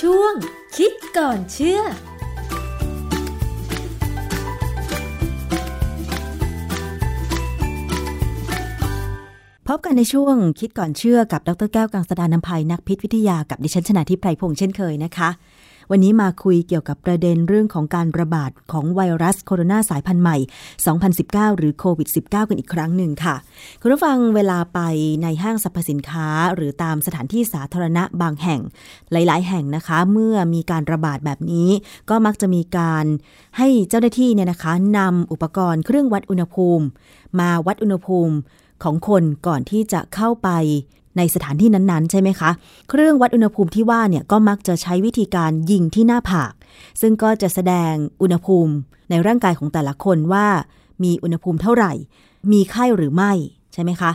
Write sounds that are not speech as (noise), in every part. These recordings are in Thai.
ช่วง คิดก่อนเชื่อ พบกันในช่วงคิดก่อนเชื่อกับดรแก้วกังสดานนภัยนักพิษวิทยากับดิฉันชนะทิพไพรพงษ์เช่นเคยนะคะ วันนี้มาคุยเกี่ยวกับประเด็นเรื่องของการระบาดของไวรัสโคโรนาสายพันธุ์ใหม่ 2019 หรือโควิด -19 กันอีกครั้งหนึ่งค่ะ คุณผู้ฟังเวลาไปในห้างสรรพสินค้า หรือตามสถานที่สาธารณะบางแห่ง หลายๆ แห่งนะคะ เมื่อมีการระบาดแบบนี้ ก็มักจะมีการให้เจ้าหน้าที่เนี่ยนะคะนำอุปกรณ์เครื่องวัดอุณหภูมิ มาวัดอุณหภูมิ ของคนก่อนที่จะเข้าไปในสถานที่นั้นๆ ใช่ไหมคะ เครื่องวัดอุณหภูมิที่ว่าเนี่ยก็มักจะใช้วิธีการยิงที่หน้าผาก ซึ่งก็จะแสดงอุณหภูมิในร่างกายของแต่ละคนว่า มีอุณหภูมิเท่าไหร่ มีไข้หรือไม่ใช่ไหมคะ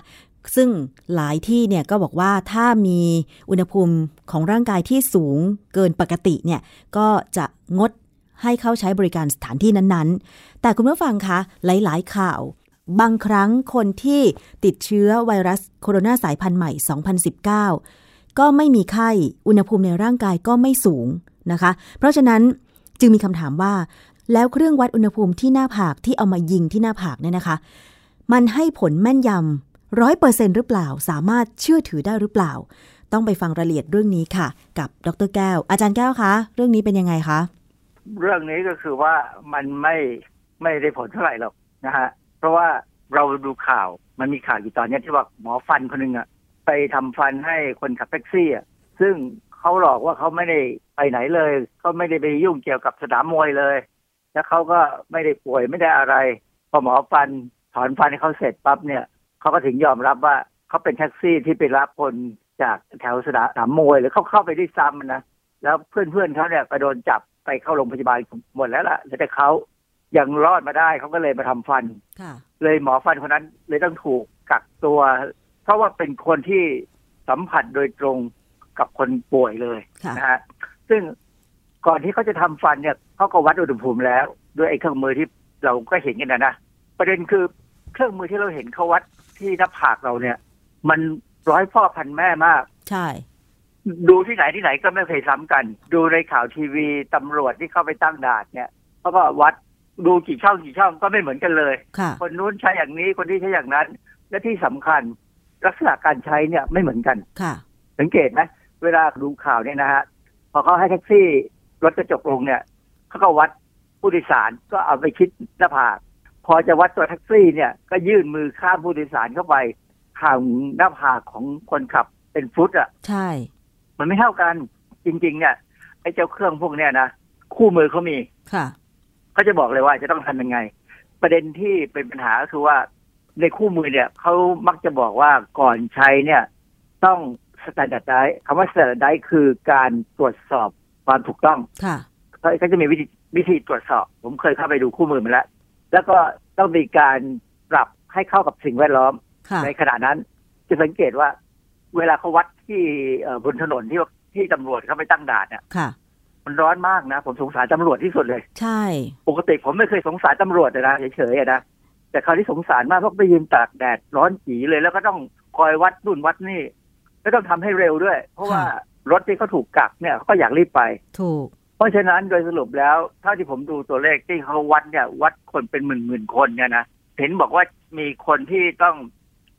ซึ่งหลายที่เนี่ยก็บอกว่าถ้ามีอุณหภูมิของร่างกายที่สูงเกินปกติเนี่ยก็จะงดให้เข้าใช้บริการสถานที่นั้นๆ แต่คุณผู้ฟังคะหลาย ๆ ข่าว บางครั้งคนที่ติดเชื้อไวรัสโคโรนาสายพันธุ์ใหม่ 2019 ก็ไม่มีไข้ อุณหภูมิในร่างกายก็ไม่สูงนะคะ เพราะฉะนั้นจึงมีคำถามว่า แล้วเครื่องวัดอุณหภูมิที่หน้าผากที่เอามายิงที่หน้าผากเนี่ยนะคะ มันให้ผลแม่นยำร้อยเปอร์เซ็นหรือเปล่า สามารถเชื่อถือได้หรือเปล่า ต้องไปฟังรายละเอียดเรื่องนี้ค่ะ กับดรแก้ว อาจารย์แก้วคะ เรื่องนี้เป็นยังไงคะ เรื่องนี้ก็คือว่ามันไม่ไม่ได้ผลเท่าไหร่หรอกนะฮะ เพราะว่าเราดูข่าวมันมีข่าวอยู่ตอนเนี้ยที่ว่าหมอฟันคนหนึงอะไปทำฟันให้คนขับแท็กซี่อะซึ่งเขาหลอกว่าเขาไม่ได้ไปไหนเลยเขาไม่ได้ไปยุ่งเกี่ยวกับสนามมวยเลย แล้วเขาก็ไม่ได้ป่วยไม่ได้อะไร พอหมอฟันถอนฟันให้เขาเสร็จปั๊บเนี่ยเขาก็ถึงยอมรับว่าเขาเป็นแท็กซี่ที่ไปรับคนจากแถวสนามมวยหรือเขาเข้าไปด้วยซ้ำนะ แล้วเพื่อนๆเขาเนี่ยไปโดนจับไปเข้าโรงพยาบาลหมดแล้วล่ะเหลือแต่เขายังรอดมาได้เขาก็เลยมาทำฟัน ค่ะ เลยหมอฟันคนนั้นเลยต้องถูกกักตัว เพราะว่าเป็นคนที่สัมผัสโดยตรงกับคนป่วยเลย ค่ะ นะฮะซึ่งก่อนที่เขาจะทำฟันเนี่ยเขาก็วัดอุณหภูมิแล้ว ด้วยไอ้เครื่องมือที่เราก็เห็นกันนะนะประเด็นคือเครื่องมือที่เราเห็นเขาวัดที่หน้าผากเราเนี่ย มันร้อยพ่อพันแม่มาก ใช่ ดูที่ไหนที่ไหนก็ไม่เคยซ้ำกัน ดูในข่าวทีวีตำรวจที่เข้าไปตั้งด่านเนี่ยเขาก็วัดดูกี่ช่องกี่ช่องก็ไม่เหมือนกันเลย ค่ะ คนนู้นใช้อย่างนี้คนนี้ใช้อย่างนั้น และที่สำคัญลักษณะการใช้เนี่ยไม่เหมือนกัน ค่ะ สังเกตไหมเวลาดูข่าวเนี่ยนะฮะพอเขาให้แท็กซี่รถกระจกลงเนี่ยเขาก็วัดผู้โดยสารก็เอาไปคิดหน้าผากพอจะวัดตัวแท็กซี่เนี่ยก็ยื่นมือข้ามผู้โดยสารเข้าไปห่างหน้าผากของคนขับเป็นฟุตอะ ใช่ มันไม่เท่ากันจริง ๆ เนี่ยไอ้เจ้าเครื่องพวกเนี้ยนะคู่มือเขามี ค่ะ เขาจะบอกเลยว่าจะต้องทำยังไง ประเด็นที่เป็นปัญหาก็คือว่าในคู่มือเนี่ยเขามักจะบอกว่าก่อนใช้เนี่ย ต้องสแตนดาร์ดได้คำว่าสแตนดาร์ดได้คือการตรวจสอบความถูกต้อง ค่ะ เขาเขาจะมีวิธีวิธีตรวจสอบ ผมเคยเข้าไปดูคู่มือมาแล้ว แล้วก็ต้องมีการปรับให้เข้ากับสิ่งแวดล้อม ค่ะ ในขณะนั้นจะสังเกตว่า เวลาเขาวัดที่เอ่อบนถนนที่ว่าที่ตำรวจเขาไปตั้งด่านเนี่ย ค่ะ มันร้อนมากนะ ผมสงสารตำรวจที่สุดเลย ใช่ ปกติผมไม่เคยสงสารตำรวจเลยนะเฉยๆอะนะแต่คราวที่สงสารมากเพราะไปยืนตากแดดร้อนจีเลย แล้วก็ต้องคอยวัดนู่นวัดนี่แล้วต้องทำให้เร็วด้วย เพราะว่า ค่ะ รถที่เขาถูกกักเนี่ยเขาก็อยากรีบไป ถูก เพราะฉะนั้นโดยสรุปแล้วเท่าที่ผมดูตัวเลขที่เขาวัดเนี่ยวัดคนเป็นหมื่นหมื่นๆคนเนี่ยนะเห็นบอกว่ามีคนที่ต้อง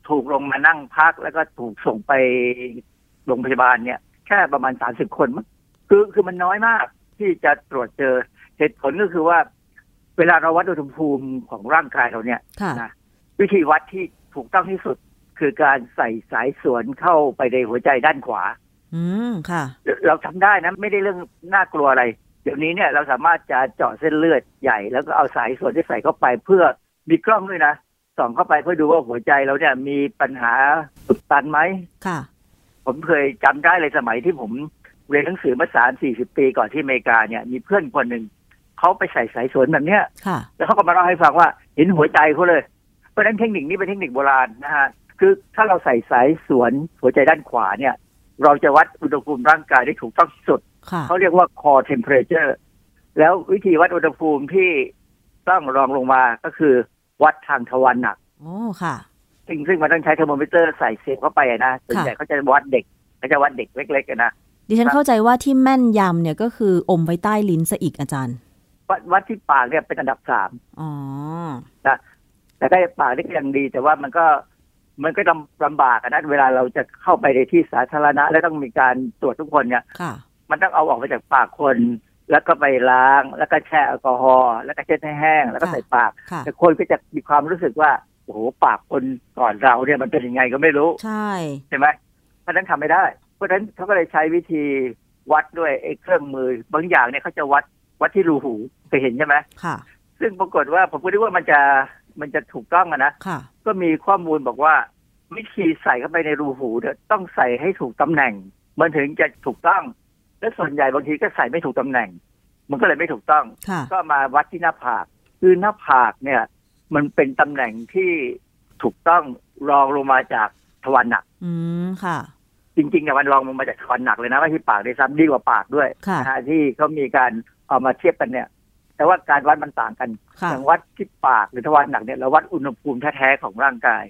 ถูกลงมานั่งพัก แล้วก็ถูกส่งไปโรงพยาบาลเนี่ยแค่ประมาณสามสิบคนมั้งคือคือมันน้อยมากที่จะตรวจเจอเหตุผลก็คือว่า เวลาเราวัดอุณหภูมิของร่างกายเราเนี่ย ค่ะ นะ วิธีวัดที่ถูกต้องที่สุด คือการใส่สายสวนเข้าไปในหัวใจด้านขวา อืม ค่ะ เราทำได้นะไม่ได้เรื่องน่ากลัวอะไร เดี๋ยวนี้เนี่ยเราสามารถจะเจาะเส้นเลือดใหญ่ แล้วก็เอาสายส่วนที่ใส่เข้าไปเพื่อมีกล้องด้วยนะส่องเข้าไปเพื่อดูว่าหัวใจเราเนี่ยมีปัญหาอุดตันไหม ค่ะ ผมเคยจำได้เลยสมัยที่ผมเรียนหนังสือมาสามสี่สิบปีก่อนที่อเมริกาเนี่ยมีเพื่อนคนหนึ่งเขาไปใส่สายสวนแบบเนี้ย ค่ะ แล้วเขาก็มาเล่าให้ฟังว่าเห็นหัวใจเขาเลย เพราะฉะนั้นเทคนิคนี้เป็นเทคนิคโบราณนะฮะ คือถ้าเราใส่สายสวนหัวใจด้านขวาเนี่ย เราจะวัดอุณหภูมิร่างกายได้ถูกต้องที่สุด ค่ะ (laughs) เขาเรียกว่า core temperature แล้ววิธีวัดอุณหภูมิที่ต้องรองลงมาก็คือวัดทางทวารหนัก โอ้ ค่ะ ซึ่งซึ่งมันต้องใช้เทอร์โมมิเตอร์ใส่เสียบเข้าไปอะนะส่วนใหญ่เขาจะวัดเด็กเขาจะวัดเด็กเล็กๆอะนะ ดิฉันเข้าใจว่าที่แม่นยำเนี่ยก็คืออมไว้ใต้ลิ้นซะอีกอาจารย์ วัดวัดที่ปากเนี่ยเป็นอันดับสาม อ๋อ นะแต่ได้ปากนี่ก็ยังดี แต่ว่ามันก็มันก็ลำลำบากอะนะเวลาเราจะเข้าไปในที่สาธารณะ แล้วต้องมีการตรวจทุกคนเนี่ย ค่ะ มันต้องเอาออกมาจากปากคน แล้วก็ไปล้าง แล้วก็แช่แอลกอฮอล์ แล้วก็เช็ดให้แห้ง แล้วก็ ค่ะ ใส่ปาก ค่ะ แต่คนก็จะมีความรู้สึกว่า โอ้โห ปากคนก่อนเราเนี่ยมันเป็นยังไงก็ไม่รู้ ใช่ ใช่ไหมเพราะฉะนั้นทำไม่ได้ เพราะฉะนั้นเขาก็เลยใช้วิธีวัดด้วยไอ้เครื่องมือ บางอย่างเนี่ยเขาจะวัดวัดที่รูหูเคยเห็นใช่ไหม ค่ะ ซึ่งปรากฏว่าผมก็นึกว่ามันจะมันจะถูกต้องอะนะ ค่ะ ก็มีข้อมูลบอกว่า วิธีใส่เข้าไปในรูหูเนี่ยต้องใส่ให้ถูกตำแหน่ง มันถึงจะถูกต้อง และส่วนใหญ่บางทีก็ใส่ไม่ถูกตำแหน่ง มันก็เลยไม่ถูกต้อง ค่ะ ก็มาวัดที่หน้าผาก คือหน้าผากเนี่ย มันเป็นตำแหน่งที่ถูกต้องรองลงมาจากทวารหนัก อืม ค่ะ จริงๆเนี่ยมันรองลงมาจากทวารหนักเลยนะไม่ใช่ปากด้วยซ้ำดีกว่าปากด้วย ค่ะ นะฮะที่เขามีการเอามาเทียบกันเนี่ย แต่ว่าการวัดมันต่างกัน ค่ะ อย่างวัดที่ปากหรือทวารหนักเนี่ยเราวัดอุณหภูมิแท้ๆของร่างกาย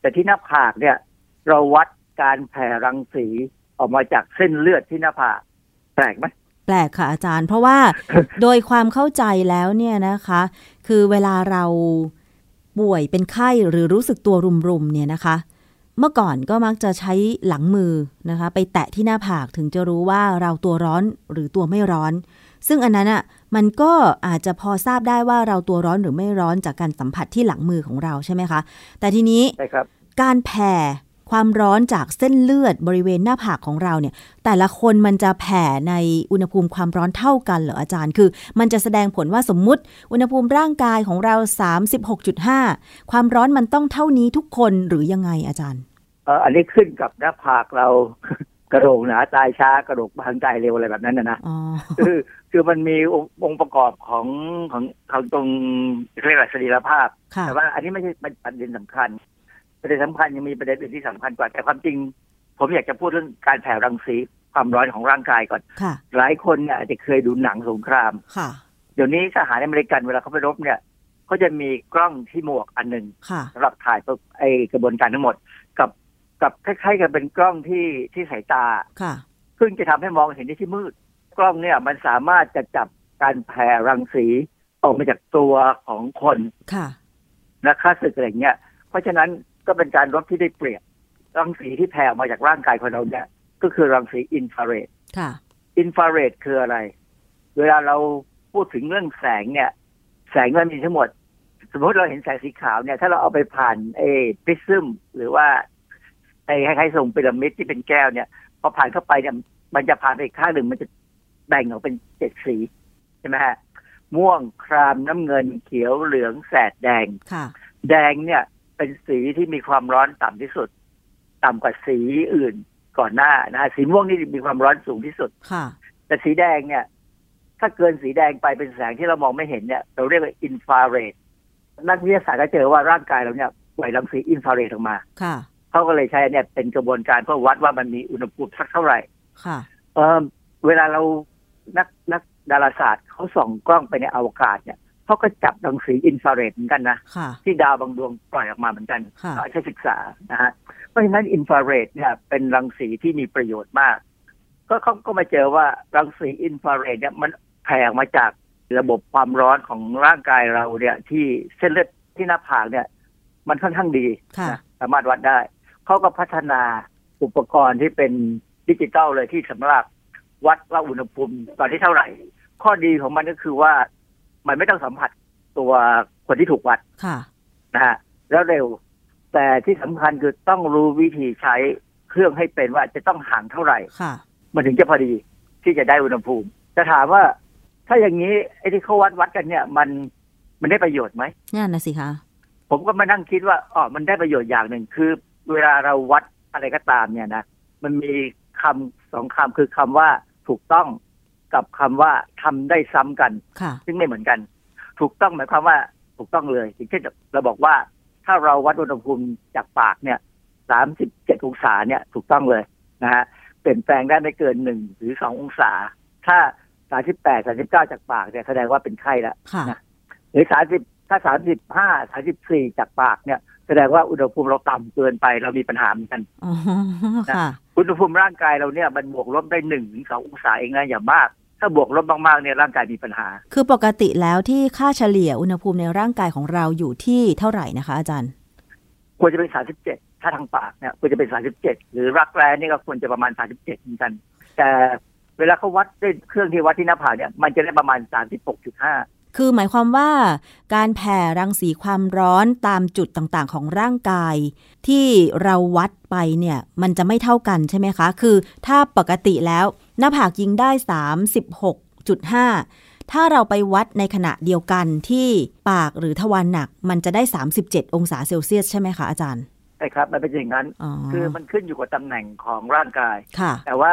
แต่ที่หน้าผากเนี่ย เราวัดการแผ่รังสีออกมาจากเส้นเลือดที่หน้าผากแปลกไหม แปลกค่ะอาจารย์ เพราะ (coughs) ว่า โดยความเข้าใจแล้วเนี่ยนะคะ คือเวลาเราป่วยเป็นไข้หรือรู้สึกตัวรุมๆเนี่ยนะคะ เมื่อก่อนก็มักจะใช้หลังมือนะคะ ไปแตะที่หน้าผากถึงจะรู้ว่าเราตัวร้อนหรือตัวไม่ร้อน ซึ่งอันนั้นอ่ะมันก็อาจจะพอทราบได้ว่าเราตัวร้อนหรือไม่ร้อนจากการสัมผัสที่หลังมือของเราใช่ไหมคะ แต่ทีนี้ ใช่ครับ การแผ่ความร้อนจากเส้นเลือดบริเวณหน้าผากของเราเนี่ย แต่ละคนมันจะแผ่ในอุณหภูมิความร้อนเท่ากันเหรออาจารย์ คือ มันจะแสดงผลว่าสมมุติ อุณหภูมิร่างกายของเรา 36.5 ความร้อนมันต้องเท่านี้ทุกคนหรือยังไงอาจารย์ เอ่ออันนี้ขึ้นกับหน้าผากเรา (laughs) กระโหลกหนาตายช้ากระโหลกบางตายเร็วอะไรแบบนั้นนะนะ อ๋อ คือคือมันมีองค์องค์ประกอบของของของตรงเรียกอะไรสรีรภาพ ค่ะ แต่ว่าอันนี้ไม่ใช่เป็นประเด็นสำคัญ ประเด็นสำคัญยังมีประเด็นอื่นที่สำคัญกว่า แต่ความจริง ผมอยากจะพูดเรื่องการแผ่รังสีความร้อนของร่างกายก่อน ค่ะ หลายคนเนี่ยอาจจะเคยดูหนังสงคราม ค่ะ เดี๋ยวนี้ทหารอเมริกันเวลาเขาไปรบเนี่ยเขาจะมีกล้องที่หมวกอันหนึ่ง ค่ะ สำหรับถ่ายปุ๊บไอกระบวนการทั้งหมด กับกับคล้ายๆกับเป็นกล้องที่ที่สายตา ค่ะ ซึ่งจะทำให้มองเห็นได้ที่มืด กล้องเนี่ยมันสามารถจะจับการแผ่รังสีออกมาจากตัวของคน ค่ะ นะค่าศึกอะไรเงี้ย เพราะฉะนั้นก็เป็นการรบที่ได้เปรียบรังสีที่แผ่ออกมาจากร่างกายคนเราเนี่ย ก็คือรังสีอินฟราเรด ค่ะ อินฟราเรดคืออะไร เวลาเราพูดถึงเรื่องแสงเนี่ย แสงมันมีทั้งหมด สมมติเราเห็นแสงสีขาวเนี่ย ถ้าเราเอาไปผ่านไอ้พริซึมหรือว่าไอ้คล้ายๆทรงพีระมิดที่เป็นแก้วเนี่ย พอผ่านเข้าไปเนี่ยมันจะผ่านไปอีกข้างหนึ่งมันจะแบ่งออกเป็นเจ็ดสีใช่ไหมฮะม่วงครามน้ำเงินเขียวเหลืองแสดแดง ค่ะ แดงเนี่ยเป็นสีที่มีความร้อนต่ำที่สุด ต่ำกว่าสีอื่นก่อนหน้านะฮะสีม่วงนี่มีความร้อนสูงที่สุด ค่ะ แต่สีแดงเนี่ย ถ้าเกินสีแดงไปเป็นแสงที่เรามองไม่เห็นเนี่ย เราเรียกว่าอินฟราเรดนักวิทยาศาสตร์ก็เจอว่าร่างกายเราเนี่ยปล่อยรังสีอินฟราเรดออกมา ค่ะ เขาก็เลยใช้อันเนี่ยเป็นกระบวนการเพื่อวัดว่ามันมีอุณหภูมิสักเท่าไหร่ ค่ะ เอ่อเวลาเรานักนักดาราศาสตร์เขาส่องกล้องไปในอวกาศเนี่ยเขาก็จับรังสีอินฟราเรดเหมือนกันนะ ค่ะ ที่ดาวบางดวงปล่อยออกมาเหมือนกัน ค่ะ เราใช้ศึกษานะฮะเพราะฉะนั้นอินฟราเรดเนี่ยเป็นรังสีที่มีประโยชน์มาก ก็เขาก็มาเจอว่ารังสีอินฟราเรดเนี่ยมันแผ่ออกมาจากระบบความร้อนของร่างกายเราเนี่ยที่เส้นเลือดที่หน้าผากเนี่ย มันค่อนข้างดี ค่ะ นะสามารถวัดได้ เขาก็พัฒนาอุปกรณ์ที่เป็นดิจิตอลเลยที่สำหรับวัดว่าอุณหภูมิตอนที่เท่าไหร่ ข้อดีของมันก็คือว่า มันไม่ต้องสัมผัสตัวคนที่ถูกวัด ค่ะ นะฮะแล้วเร็ว แต่ที่สำคัญคือต้องรู้วิธีใช้เครื่องให้เป็นว่าจะต้องห่างเท่าไหร่ ค่ะ มันถึงจะพอดีที่จะได้อุณหภูมิ จะถามว่า ถ้าอย่างนี้ไอ้ที่เขาวัดวัดกันเนี่ย มันมันได้ประโยชน์ไหม นั่นนะสิคะ ผมก็มานั่งคิดว่าอ๋อมันได้ประโยชน์อย่างหนึ่งคือ เวลาเราวัดอะไรก็ตามเนี่ยนะมันมีคำสองคำคือคำว่าถูกต้องกับคำว่าทำได้ซ้ำกัน ค่ะ ซึ่งไม่เหมือนกัน ถูกต้องหมายความว่าถูกต้องเลยอย่างเช่นเราบอกว่า ถ้าเราวัดอุณหภูมิจากปากเนี่ย 37 องศาเนี่ย ถูกต้องเลยนะฮะเปลี่ยนแปลงได้ไม่เกินหนึ่งหรือสององศา ถ้า 38 39 จากปากเนี่ยแสดงว่าเป็นไข้ละ ค่ะ หรือ 30 ถ้า 35 34 จากปากเนี่ย แสดงว่าอุณหภูมิเราต่ำเกินไปเรามีปัญหาเหมือนกัน อ๋อ ค่ะ อุ อุณหภูมิร่างกายเราเนี่ยมันบวกลบได้หนึ่งถึงสององศาเองนะอย่ามาก ถ้าบวกลบมากๆเนี่ยร่างกายมีปัญหา คือปกติแล้วที่ค่าเฉลี่ยอุณหภูมิในร่างกายของเราอยู่ที่เท่าไหร่นะคะอาจารย์ ควรจะเป็น 37 ถ้าทางปากเนี่ยควรจะเป็น 37 หรือรักแร้นี่ก็ควรจะประมาณ 37เหมือนกัน แต่เวลาเขาวัดด้วยเครื่องที่วัดที่หน้าผากเนี่ยมันจะได้ประมาณ 36.5 คือหมายความว่าการแผ่รังสีความร้อนตามจุดต่างๆ ของร่างกาย ที่เราวัดไปเนี่ย มันจะไม่เท่ากันใช่ไหมคะ คือถ้าปกติแล้วหน้าผากยิงได้ 36.5 ถ้าเราไปวัดในขณะเดียวกันที่ปากหรือทวารหนัก มันจะได้ 37 องศาเซลเซียสใช่ไหมคะอาจารย์ ใช่ครับ มันเป็นอย่างนั้น อ๋อ คือมันขึ้นอยู่กับตำแหน่งของร่างกาย ค่ะ แต่ว่า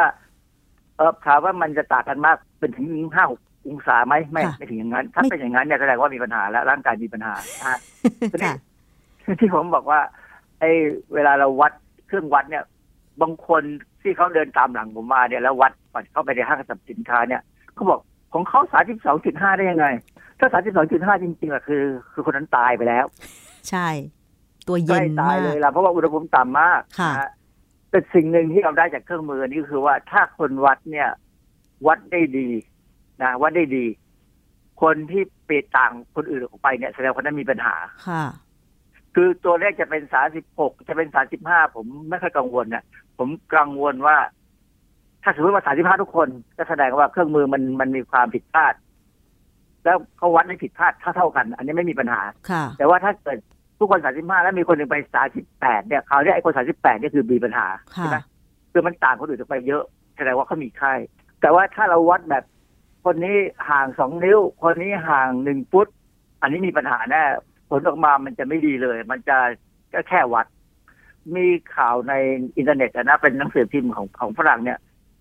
เออถามว่ามันจะต่างกันมากเป็นถึงห้าองศาไหมไม่ ค่ะ ไม่ถึงอย่างนั้น ถ้า ไม่ เป็นอย่างนั้นเนี่ยแสดงว่ามีปัญหาแล้วร่างกายมีปัญหานะฮะ ทีนี้ ค่ะ ที่ผมบอกว่า ไอ้เวลาเราวัดเครื่องวัดเนี่ย บางคนที่เขาเดินตามหลังผมมาเนี่ยแล้ววัดก่อนเข้าไปในห้างสรรพสินค้าเนี่ยเขาบอกของเขาสามสิบสองจุดห้าได้ยังไง ถ้าสามสิบสองจุดห้าจริงๆอะคือ คือคนนั้นตายไปแล้ว ใช่ ตัว ใก เย็ ล้ น ตาม าย ก เลยล่ะเพราะว่าอุณหภูมิต่ำมาก ค่ะ นฮแต่สิ่งหนึ่งที่เราได้จากเครื่องมือนี่ก็คือว่าถ้าคนวัดเนี่ย วัดได้ดีนะวัดได้ดี คนที่ปิดต่างคนอื่นออกไปเนี่ยแสดงว่าคนนั้นมีปัญหา ค่ะ คือตัวเลขจะเป็นสาสิบหกจะเป็นสาสิบห้าผมไม่ค่อยกังวลนะผมกังวลว่า ถ้าสมมติว่าสาสิบห้าทุกคน ก็แสดงว่าเครื่องมือมันมันมีความผิดพลาด แล้วเขาวัดไม่ผิดพลาดเท่าเท่าๆกัน อันนี้ไม่มีปัญหา ค่ะ แต่ว่าถ้าเกิดทุกคนสาสิบห้าแล้วมีคนหนึ่งไปสาสิบแปดเนี่ยคราวนี้ไอ้คนสาสิบแปดเนี่ยคือมีปัญหาใช่ไหม ค่ะ คือมันต่างคนอื่นออกไปเยอะแสดงว่าเขามีไข้แต่ว่าถ้าเราวัดแบบ คนนี้ห่างสองนิ้ว คนนี้ห่างหนึ่งฟุต อันนี้มีปัญหาแน่ผลออกมามันจะไม่ดีเลย มันจะก็แค่วัด มีข่าวในอินเทอร์เน็ตอะนะเป็นหนังสือพิมพ์ของของฝรั่งเนี่ย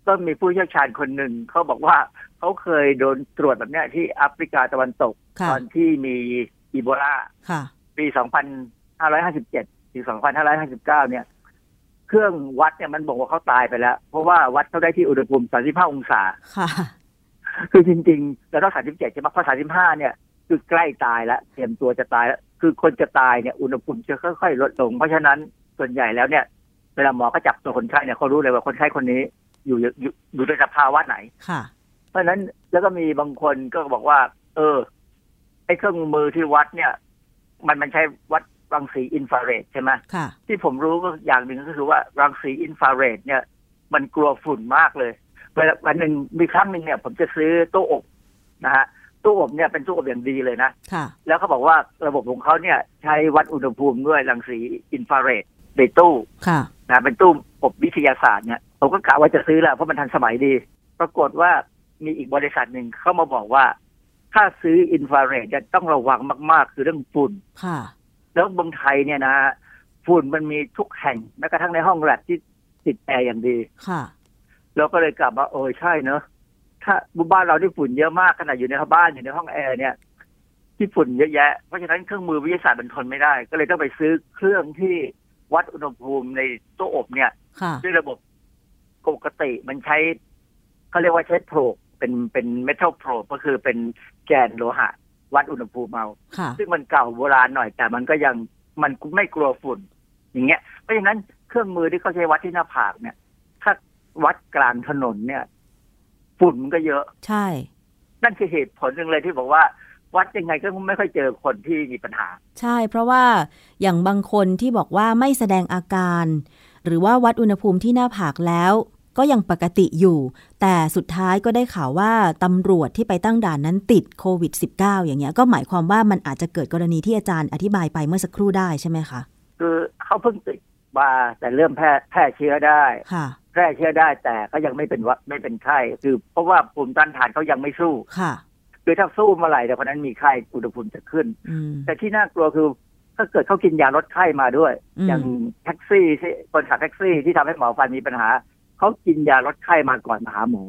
ก็มีผู้เชี่ยวชาญคนหนึ่งเขาบอกว่าเขาเคยโดนตรวจแบบเนี้ยที่แอฟริกาตะวันตก ค่ะ ตอนที่มีอีโบลา ค่ะ ปี 2557 ถึง 2559 เนี่ย เครื่องวัดเนี่ยมันบอกว่าเขาตายไปแล้ว เพราะว่าวัดเขาได้ที่อุณหภูมิ 35 องศา ค่ะ คือจริงๆ แล้วต้อง 37 ใช่ไหมเพราะ 35 เนี่ย คือใกล้ตายแล้ว เตรียมตัวจะตายแล้ว คือคนจะตายเนี่ย อุณหภูมิจะค่อยๆ ลดลง เพราะฉะนั้นส่วนใหญ่แล้วเนี่ย เวลาหมอก็จับตัวคนไข้เนี่ยเขารู้เลยว่าคนไข้คนนี้อยู่อยู่อยู่ในสภาวะไหน ค่ะ เพราะฉะนั้นแล้วก็มีบางคนก็บอกว่า เออไอ้เครื่องมือที่วัดเนี่ย มันมันใช้วัดรังสีอินฟราเรดใช่ไหม ค่ะ ที่ผมรู้ก็อย่างหนึ่งก็คือว่ารังสีอินฟราเรดเนี่ย มันกลัวฝุ่นมากเลยเวลาวันหนึ่งมีครั้งหนึ่งเนี่ย ผมจะซื้อตู้อบนะฮะตู้อบเนี่ยเป็นตู้อบอย่างดีเลยนะ ค่ะ แล้วเขาบอกว่าระบบของเขาเนี่ย ใช้วัดอุณหภูมิด้วยรังสีอินฟราเรดในตู้ ค่ะ นะเป็นตู้อบวิทยาศาสตร์เนี่ยผมก็กะว่าจะซื้อแหละเพราะมันทันสมัยดี ปรากฏว่ามีอีกบริษัทหนึ่งเข้ามาบอกว่า ถ้าซื้ออินฟราเรดจะต้องระวังมาก ๆ คือเรื่องฝุ่น ค่ะ แล้วเมืองไทยเนี่ยนะฝุ่นมันมีทุกแห่งแม้กระทั่งในห้องแลบที่ติดแอร์อย่างดี ค่ะ เราก็เลยกลับมาโอ้ยใช่เนอะถ้าบ้านเราที่ฝุ่นเยอะมากขนาดอยู่ในบ้านอยู่ในห้องแอร์เนี่ย ที่ฝุ่นเยอะแยะเพราะฉะนั้นเครื่องมือวิทยาศาสตร์มันทนไม่ได้ ก็เลยต้องไปซื้อเครื่องที่วัดอุณหภูมิในตู้อบเนี่ย ค่ะ ด้วยระบบปกติมันใช้เขาเรียกว่าใช้โพรบเป็นเป็นเมทัลโพรบก็คือเป็นแกนโลหะ วัดอุณหภูมิเอา ค่ะ ซึ่งมันเก่าโบราณหน่อยแต่มันก็ยังมันไม่กลัวฝุ่น อย่างเงี้ยเพราะฉะนั้นเครื่องมือที่เขาใช้วัดที่หน้าผากเนี่ย ถ้าวัดกลางถนนเนี่ย ฝุ่นมันก็เยอะ ใช่ นั่นคือเหตุผลหนึ่งเลยที่บอกว่า วัดยังไงก็ไม่ค่อยเจอคนที่มีปัญหา ใช่ เพราะว่าอย่างบางคนที่บอกว่าไม่แสดงอาการ หรือว่าวัดอุณหภูมิที่หน้าผากแล้ว ก็ยังปกติอยู่ แต่สุดท้ายก็ได้ข่าวว่าตำรวจที่ไปตั้งด่านนั้นติดโควิด -19 อย่างเงี้ย ก็หมายความว่ามันอาจจะเกิดกรณีที่อาจารย์อธิบายไปเมื่อสักครู่ได้ใช่ไหมคะ คือเขาเพิ่งติดมาแต่เริ่มแพร่แพร่เชื้อได้ ค่ะ แพร่เชื้อได้แต่ก็ยังไม่เป็นหวัดไม่เป็นไข้คือ เพราะว่าภูมิต้านทานเขายังไม่สู้ ค่ะ คือถ้าสู้เมื่อไหร่แต่คนนั้นมีไข้อุณหภูมิจะขึ้น อืม แต่ที่น่ากลัวคือถ้าเกิดเขากินยาลดไข้มาด้วย อืม อย่างแท็กซี่ที่คนขับแท็กซี่ที่ทำให้หมอฟันมีปัญหาเขากินยาลดไข้มาก่อนมาหาหมอ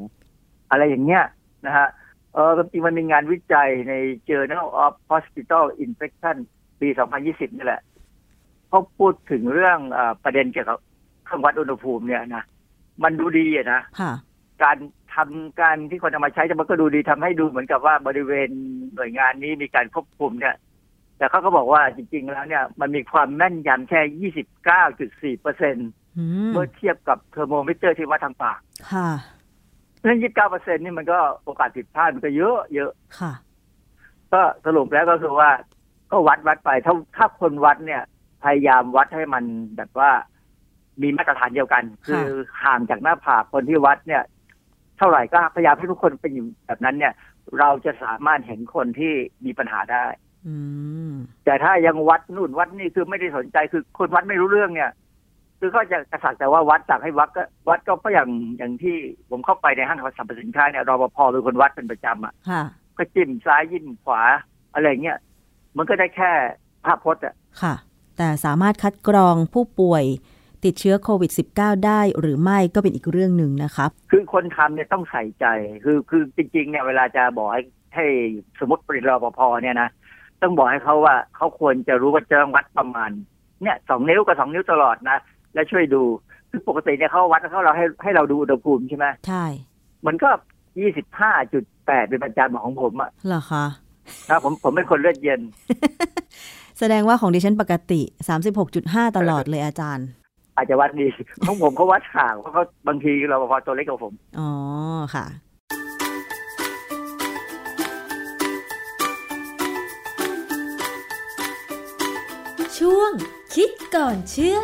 อะไรอย่างเงี้ยนะฮะเออจริงๆมันมีงานวิจัยใน Journal of Hospital Infection ปี 2020 นี่แหละเขาพูดถึงเรื่องเออประเด็นเกี่ยวกับเครื่องวัดอุณหภูมิเนี่ยนะมันดูดีอะนะ ค่ะ การทำการที่คนเอามาใช้มันก็ดูดีทำให้ดูเหมือนกับว่าบริเวณหน่วยงานนี้มีการควบคุมเนี่ย แต่เขาก็บอกว่าจริงๆแล้วเนี่ย มันมีความแม่นยำแค่ 29.4เปอร์เซ็น อืม เมื่อเทียบกับเทอร์โมมิเตอร์ที่วัดทางปาก ค่ะ เพราะฉะนั้นยี่สิบเก้าเปอร์เซ็นต์นี่มันก็โอกาสผิดพลาดมันก็เยอะเยอะ ค่ะ ก็สรุปแล้วก็คือว่า ก็วัดวัดไปถ้าถ้าคนวัดเนี่ย พยายามวัดให้มันแบบว่า มีมาตรฐานเดียวกัน คือห่างจากหน้าผากคนที่วัดเนี่ย เท่าไหร่ก็พยายามให้ทุกคนเป็นอยู่แบบนั้นเนี่ย เราจะสามารถเห็นคนที่มีปัญหาได้ อืม แต่ถ้ายังวัดนู่นวัดนี่คือไม่ได้สนใจคือคนวัดไม่รู้เรื่องเนี่ย คือเขาจะกระสักแต่ว่าวัดสั่งให้วัดก็วัดก็ก็อย่างอย่างที่ผมเข้าไปในห้างสรรพสินค้าเนี่ยรปภเป็นคนวัดเป็นประจำอ่ะ ค่ะ ก็จิ้มซ้ายยิ้มขวา อะไรเงี้ยมันก็ได้แค่ภาพพจน์อ่ะ ค่ะ แต่สามารถคัดกรองผู้ป่วย ติดเชื้อโควิด -19 ได้หรือไม่ก็เป็นอีกเรื่องหนึ่งนะคะ คือคนทำเนี่ยต้องใส่ใจ คือคือจริงๆเนี่ยเวลาจะบอกให้ให้สมมติเป็นรปภเนี่ยนะต้องบอกให้เขาว่าเขาควรจะรู้ว่าจะต้องวัดประมาณเนี่ยสองนิ้วกับสองนิ้วตลอดนะและช่วยดูคือปกติเนี่ยเขาวัดเขาเราให้ให้เราดูอุณหภูมิใช่ไหม ใช่ มันก็ 25.8 เป็นประจำของผมอะ เหรอคะ นะผมผมเป็นคนเลือดเย็น แสดงว่าของดิฉันปกติ 36.5 ตลอดเลยอาจารย์ อาจจะวัดดี (laughs) ของผมเขาวัดห่างเพราะเขาบางทีเราพอตัวเล็กกว่าผม อ๋อ ค่ะ ช่วงคิดก่อนเชื่อ